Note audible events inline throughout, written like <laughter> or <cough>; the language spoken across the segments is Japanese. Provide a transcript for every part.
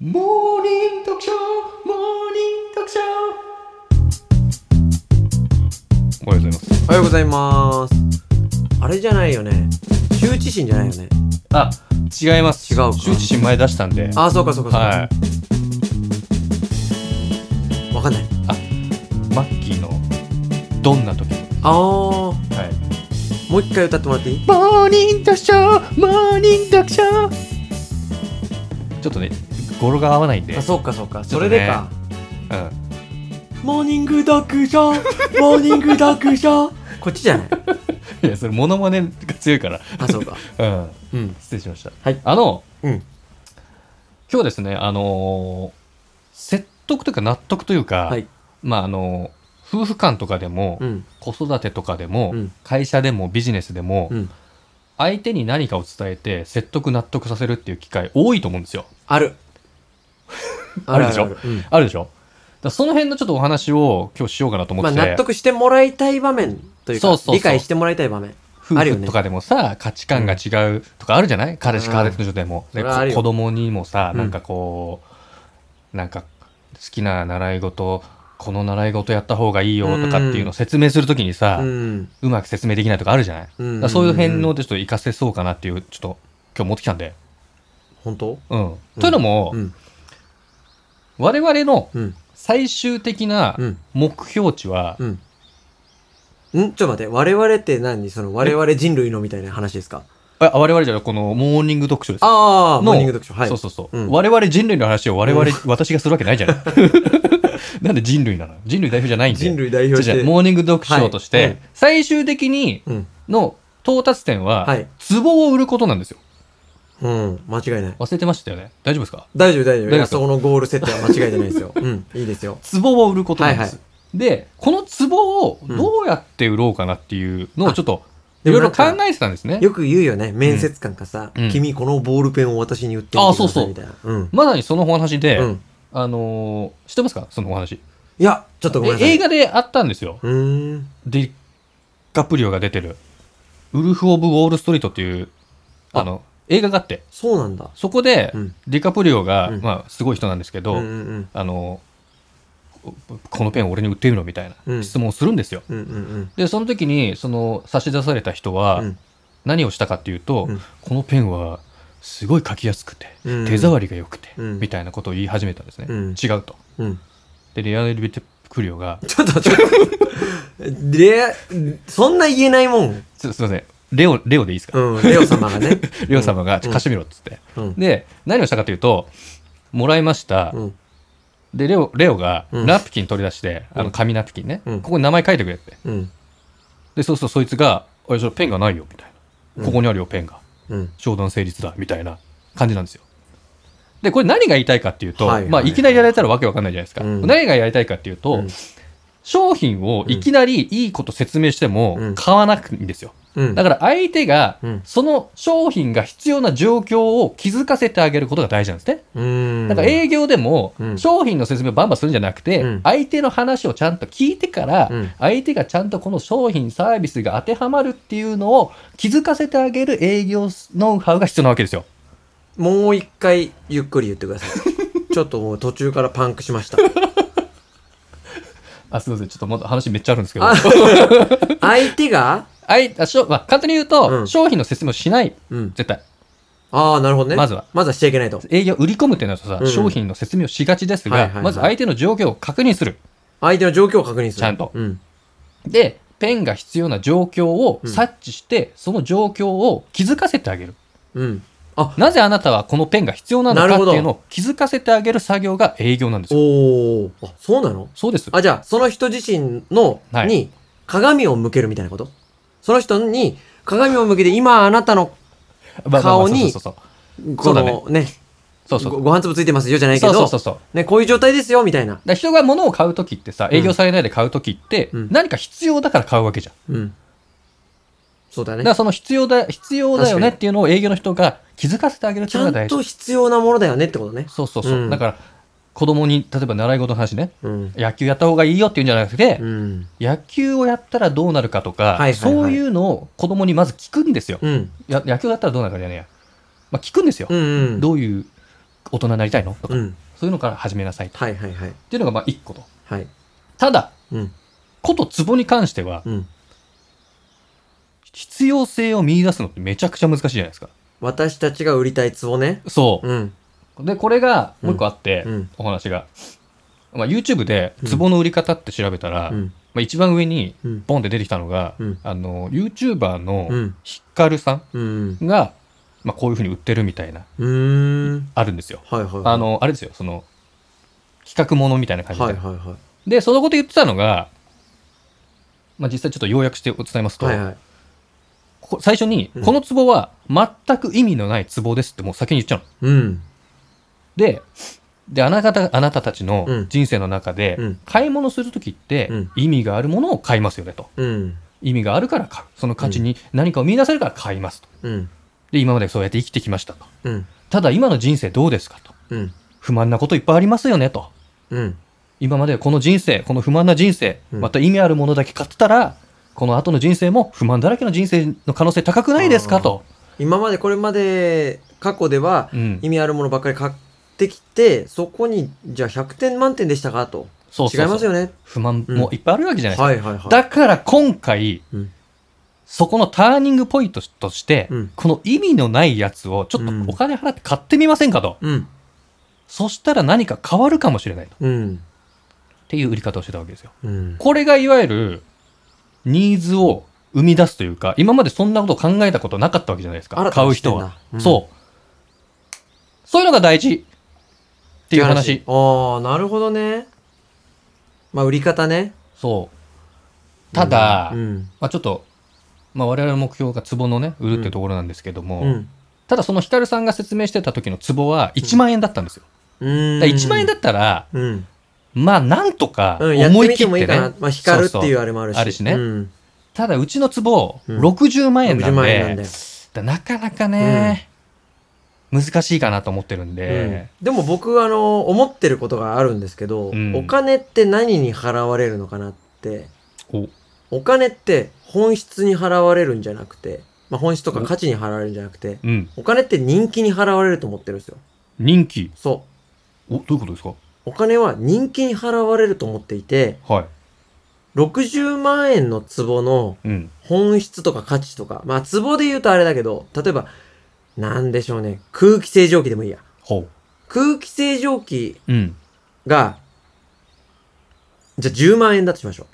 モーニング特集モーニング特集おはようございますおはようございます。あれじゃないよね。羞恥心じゃないよね。あ違います違うか周知心前出したんでああ、そうかそうかそうか。はわかんない。いマッキーのどんな時もああ、もはいう一回歌ってもらっていいモーニング特集モーニング特集ちょっとね語呂が合わないんであ、そうかそうか。ちょっそとねれでか。うんモーニング読書モーニング読書こっちじゃないいやそれモノマネが強いからあ、そうか。うんうん。失礼しました、はいあの、うん今日ですねあのー説得というか納得というか、はいまああのー夫婦間とかでも、うん。子育てとかでも、うん会社でもビジネスでも、うん。相手に何かを伝えて説得納得させるっていう機会多いと思うんですよある。 <laughs> あるでしょあうんあるでしょだからその辺のちょっとお話を今日しようかなと思っまあ、てて、納得してもらいたい場面というか、そうそうそう理解してもらいたい場面。夫あるよ婦ねとかでもさ、価値観が違うとかあるじゃない、彼氏うん彼女の状態も、でそれはあるこよ子供にもさうんなんかこう、なんか好きな習い事この習い事やった方がいいよとかっていうのを説明するときにさ、う。うんまく説明できないとかあるじゃない、うだんからそういう辺のでちょっと活かせそうかなっていうちょっと今日持ってきたんで、本当うんというのも、うん。我々のうん。最終的なうん。目標値は、うん。んちょっと待って、我々って何その我々人類のみたいな話ですかあ我々じゃないこのモーニング読書ですああ、のモーニング読書。はい。そうそうそう、うん我々人類の話を我々、私がするわけないじゃない <laughs> なんで人類なの人類代表じゃないんで人類代違う表し違て。うモーニング読書として、はいうん最終的にうん。の到達点は、はい壺を売ることなんですようん。間違いない。忘れてましたよね大丈夫ですか大丈夫、大大丈丈夫夫。いや、そこのゴール設定は間違いじゃないで <laughs> すよ。うん。いいですよ。壺を売ることなんです、はいはでこの壺をどうやって売ろうかなっていうのをちょっといでもろいなろん考かえてたんですねよく言うよね。面接官がさ、うん君このボールペンを私に売ってみてくださいみたいな。うん。まさにそのお話で、うん。あのー知ってますかそのお話いや、ちょっとごめんなさい。え映画であったんですようーん。ディカプリオが出てる「ウルフ・オブ・ウォール・ストリート」っていうああの映画があってそうなんだ。そこで、うんディカプリオが、うんまあ、すごい人なんですけうど、んうんあのここのペンを俺に売ってみろみたいうんな質問をするんですよ。うん。うんうんでその時にその差し出された人は、うん。何をしたかっていうと、うんこのペンはすごい書きやすくて、うん手触りが良くて、うんみたいなことを言い始めたんですね、うん違うと。うん。うん。でレアル・ディカプリオがちょっと、ちょっと。 <laughs> レア、そんな言えないもん。 「すすいませんレオレオでいいですかうん。レオ様がね。レオ様がうん貸してみろ」っつって、うん。で何をしたかというともらいました、うん。でレオレオがうんナプキン取り出して、あの紙ナプキンね、うんここに名前書いてくれってうん。でそうするとそいつが「あれそれペンがないよ」みたいな「うんここにあるよペンがうん。商談成立だ」みたいな感じなんですよでこれ何が言いたいかっていうと、はいいはいまあ、いきなりやられたらわけわかんないじゃないですか、うん何がやりたいかっていうと、うん商品をいきなりいいこと説明してもうん買わなくていいんですようんだから相手がうんその商品が必要な状況を気づかせてあげることが大事なんですねうんだから営業でもうん商品の説明をバンバンするんじゃなくて、うん相手の話をちゃんと聞いてから、うん相手がちゃんとこの商品サービスが当てはまるっていうのを気づかせてあげる営業ノウハウが必要なわけですよ。もう一回ゆっくり言ってくださいちょっともう途中からパンクし <laughs> ましたあすみませんちょっとまだ話めっちゃあるんですけどあ相手があいあしょ、まあ、簡単に言うと、うん商品の説明をしないうん絶対ああなるほどねまずはまずはしちゃいけないと営業売り込むっていうのはさ、うん商品の説明をしがちですが、はいはいはいまず相手の状況を確認する相手の状況を確認するちゃんとうんでペンが必要な状況を察知して、その状況を気づかせてあげる。うんなぜあなたはこのペンが必要なのなかるっほてどいうのを気づかせてあげる作業が営業なんですよ。おおあそうなのそうです。あじゃあその人自身の、はいに鏡を向けるみたいなことその人に鏡を向けて今あなたのまあまあまあ顔にそうそうそこうだねのねそうそうそごうご飯粒ついてますよじゃないけそうどそうそうそう。だかねこういう状態ですよみたいなら人が物を買うときってさ、うん営業されないで買うときって、うん何か必要だから買うわけじゃん。うんそうだねだからその必要だ、必要だよねっていうのを営業の人が気づかせてあげるってちいうゃのが大ん事。と必要なものだよねってことねそうそうそう。うんだから、子供に、例えば習い事の話ね、うん野球やった方がいいよっていうんじゃなくて、うん野球をやったらどうなるかとか、いはいはいそういうのを子供にまず聞くんですよ。うんや野球だったらどうなるかじゃねえや。まあ聞くんですよ。うんうんどういう大人になりたいのとか、うん。そういうのから始めなさいと。っはいはいはい。ていうのがまあ一個と。はい。ただ、うん。ことツボに関しては、うん。必要性を見出すのってめちゃくちゃ難しいじゃないですか。私たちが売りたいツボね。そう。うん。で、これがもう一個あって、うん。お話が。まあ、YouTube でツボの売り方って調べたら、うん。まあ、一番上にうん。ボンって出てきたのが、うんあの、YouTuber うのん。ヒカルさうん。んが、まあ、こういうふうに売ってるみたいな、うーん。あるんですよ。はいはいはい。あ、の、あれですよ、その、企画ものみたいな感じで。はいはいはい。で、そのこと言ってたのが、まあ、実際ちょっと要約してお伝えますと、はいはい。こ最初にうん、このツボは全く意味のないツボですってもう先に言っちゃうの。うん。で、であなたたあなたたちのうん人生の中で、うん買い物するときってうん、意味があるものを買いますよねと。うん。意味があるから買う。その価値に何かを見出せるから買いますと。うん。で、今までそうやって生きてきましたと。うん。ただ、今の人生どうですかと。うん。不満なこといっぱいありますよねと。うん。今までこの人生、この不満な人生、うんまた意味あるものだけ買ってたら、この後の人生も不満だらけの人生の可能性高くないですかと。今までこれまで過去ではうん意。味あるものばっかり買ってきて、そこにじゃあ100点満点でしたかとそうそうそう違いますよね不満もいっぱいあるわけじゃないですか。はいはいはいだから今回、うんそこのターニングポイントとして、うんこの意味のないやつをちょっとお金払って買ってみませんかと。うんそしたら何か変わるかもしれないと。うんっていう売り方をしてたわけですよ。うんこれがいわゆる、ニーズを生み出すというか、今までそんなことを考えたことなかったわけじゃないですか。買う人は。っそう。そういうのが大事っていう話。ああなるほどねまあ売り方ねそう。ただ、うんまあちょっと、まあ我々の目標が壺のね、売るってところなんですけども、うんただそのヒカルさんが説明してた時の壺は1万円だったんですよ。うんだから1万円だったら、うんまあなんとかうんやって思いみ切てっもいていかなね。まあ光るっていうそうそうあれもあるしあるしねうんただうちの壺うん60万円な60ん万で、円なんでだなかなかね、難しいかなと思ってるんで、でも僕あの思ってることがあるんですけど、うんお金って何に払われるのかなっておお金って本質に払われるんじゃなくて、まあ、本質とか価値に払われるんじゃなくてうん、お金って人気に払われると思ってるんですよ人気。そお、どういうことですかうお金は人気に払われると思っていては60万円の壺のい。うん。本質とか価値とかまあ壺で言うとあれだけど例えばなんでしょうね空気清浄機でもいいやほう。空気清浄機うん。が、じゃあ10万円だとしましょう。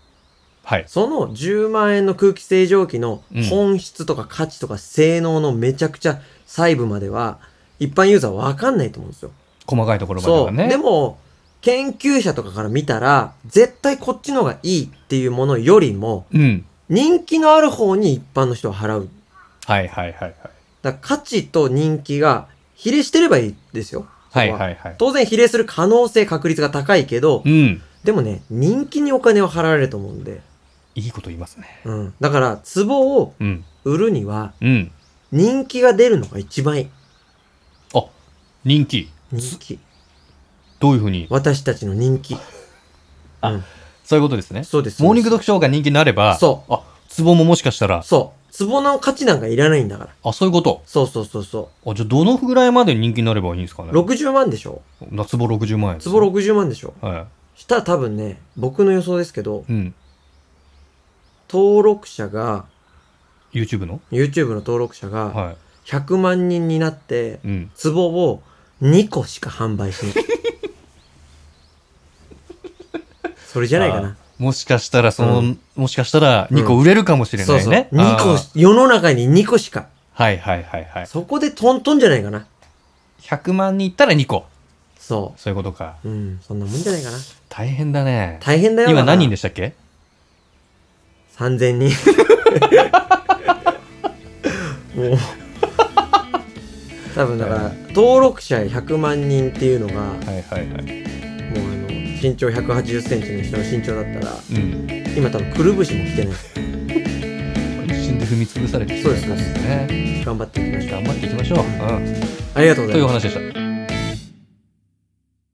はい。その10万円の空気清浄機のうん本質とか価値とか性能のめちゃくちゃ細部までは、一般ユーザーはわかんないと思うんですよ。細かいところまでそはう。ね。でも、研究者とかから見たら、絶対こっちのがいいっていうものよりも、うん。人気のある方に一般の人は払う。はいはいはいはい。だから価値と人気が比例してればいいですよ。はいはいはい。当然比例する可能性、確率が高いけどう、ん。でもね、人気にお金を払われると思うんで。いいこと言いますね。うん。だから、壺をうん。売るには、うん。人気が出るのが一番いい。あ、人気。人気。どういうふうに私たちの人気。あうん、そういうことですね。そうです。モーニングド読書が人気になれば、そあ、ツボももしかしたら、そう。壺の価値なんかいらないんだから。あ、そういうこと。そうそうそうそあ、じゃあどのぐらいまで人気になればいいんですかねう。。60万でしょなツボ60万円。壺。60万でしょはしたら多分ね、僕の予想ですけど、い。うん。登録者が、 YouTube の YouTube の登録者が、は100万人になって、い。うん。壺を2個しか販売し <laughs> ない。それじゃないかな。もしかしたら、そうの、もしかしたら2個売れるかもしれそなういそう。ね。 2個あし、世の中に2個しか。ーはいはいはいはい。そこでトントンじゃないかな。 100万人いったら2個。そそういうことか。う。うん、そんなもんじゃないかな。大変だね。大変だよ。今何人ででしたっけ ?3000 人。 <laughs> もう。多分だから、登録者100万人っていうのが、もうはいはいはい。あの、身長180センチの人の身長だったら、うん。今多分くるぶしも来てない。一瞬で踏み潰されてきてそうるです感じですね。頑張っていきましょう頑。張っていきましょう。うん、ありがとうごとざいいうおます。話でした。